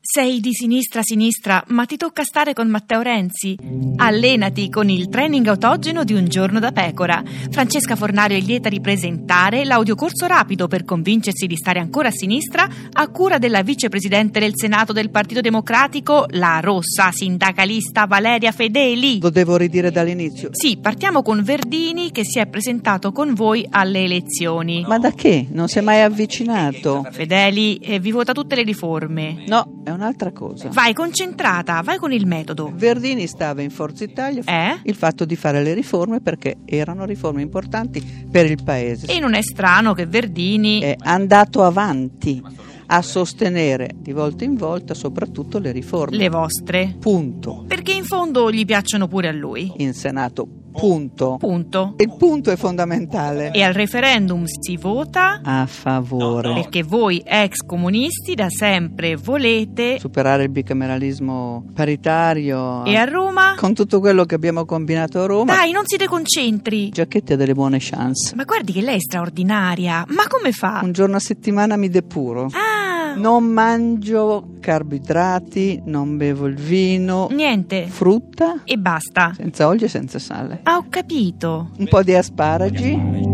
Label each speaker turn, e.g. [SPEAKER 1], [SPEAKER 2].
[SPEAKER 1] Sei di sinistra sinistra, ma ti tocca stare con Matteo Renzi. Allenati con il training autogeno di un giorno da pecora. Francesca Fornario è lieta di presentare l'audiocorso rapido per convincersi di stare ancora a sinistra a cura della vicepresidente del Senato del Partito Democratico, la rossa sindacalista Valeria Fedeli.
[SPEAKER 2] Lo devo ridire dall'inizio.
[SPEAKER 1] Sì, partiamo con Verdini che si è presentato con voi alle elezioni.
[SPEAKER 2] Ma da che? Non si è mai avvicinato?
[SPEAKER 1] Fedeli eh, vi vota tutte le riforme.
[SPEAKER 2] No, è un'altra cosa.
[SPEAKER 1] Vai concentrata, vai con il metodo.
[SPEAKER 2] Verdini stava in Forza Italia
[SPEAKER 1] Eh?
[SPEAKER 2] il fatto di fare le riforme perché erano riforme importanti per il paese.
[SPEAKER 1] E non è strano che Verdini
[SPEAKER 2] È andato avanti a sostenere di volta in volta soprattutto le riforme.
[SPEAKER 1] le vostre.
[SPEAKER 2] Punto.
[SPEAKER 1] Perché in fondo gli piacciono pure a lui.
[SPEAKER 2] In Senato. Punto.
[SPEAKER 1] Punto.
[SPEAKER 2] Il punto è fondamentale.
[SPEAKER 1] E al referendum si vota
[SPEAKER 2] A favore.
[SPEAKER 1] perché voi ex comunisti da sempre volete
[SPEAKER 2] Superare il bicameralismo paritario.
[SPEAKER 1] e a Roma
[SPEAKER 2] Con tutto quello che abbiamo combinato a Roma.
[SPEAKER 1] dai non si deconcentri.
[SPEAKER 2] Giacchetti ha delle buone chance.
[SPEAKER 1] Ma guardi che lei è straordinaria. Ma come fa?
[SPEAKER 2] Un giorno a settimana mi depuro.
[SPEAKER 1] Ah,
[SPEAKER 2] Non mangio carboidrati, non bevo il vino,
[SPEAKER 1] niente.
[SPEAKER 2] frutta,
[SPEAKER 1] E basta.
[SPEAKER 2] senza olio e senza sale.
[SPEAKER 1] Ah, ho capito.
[SPEAKER 2] Un po' di asparagi,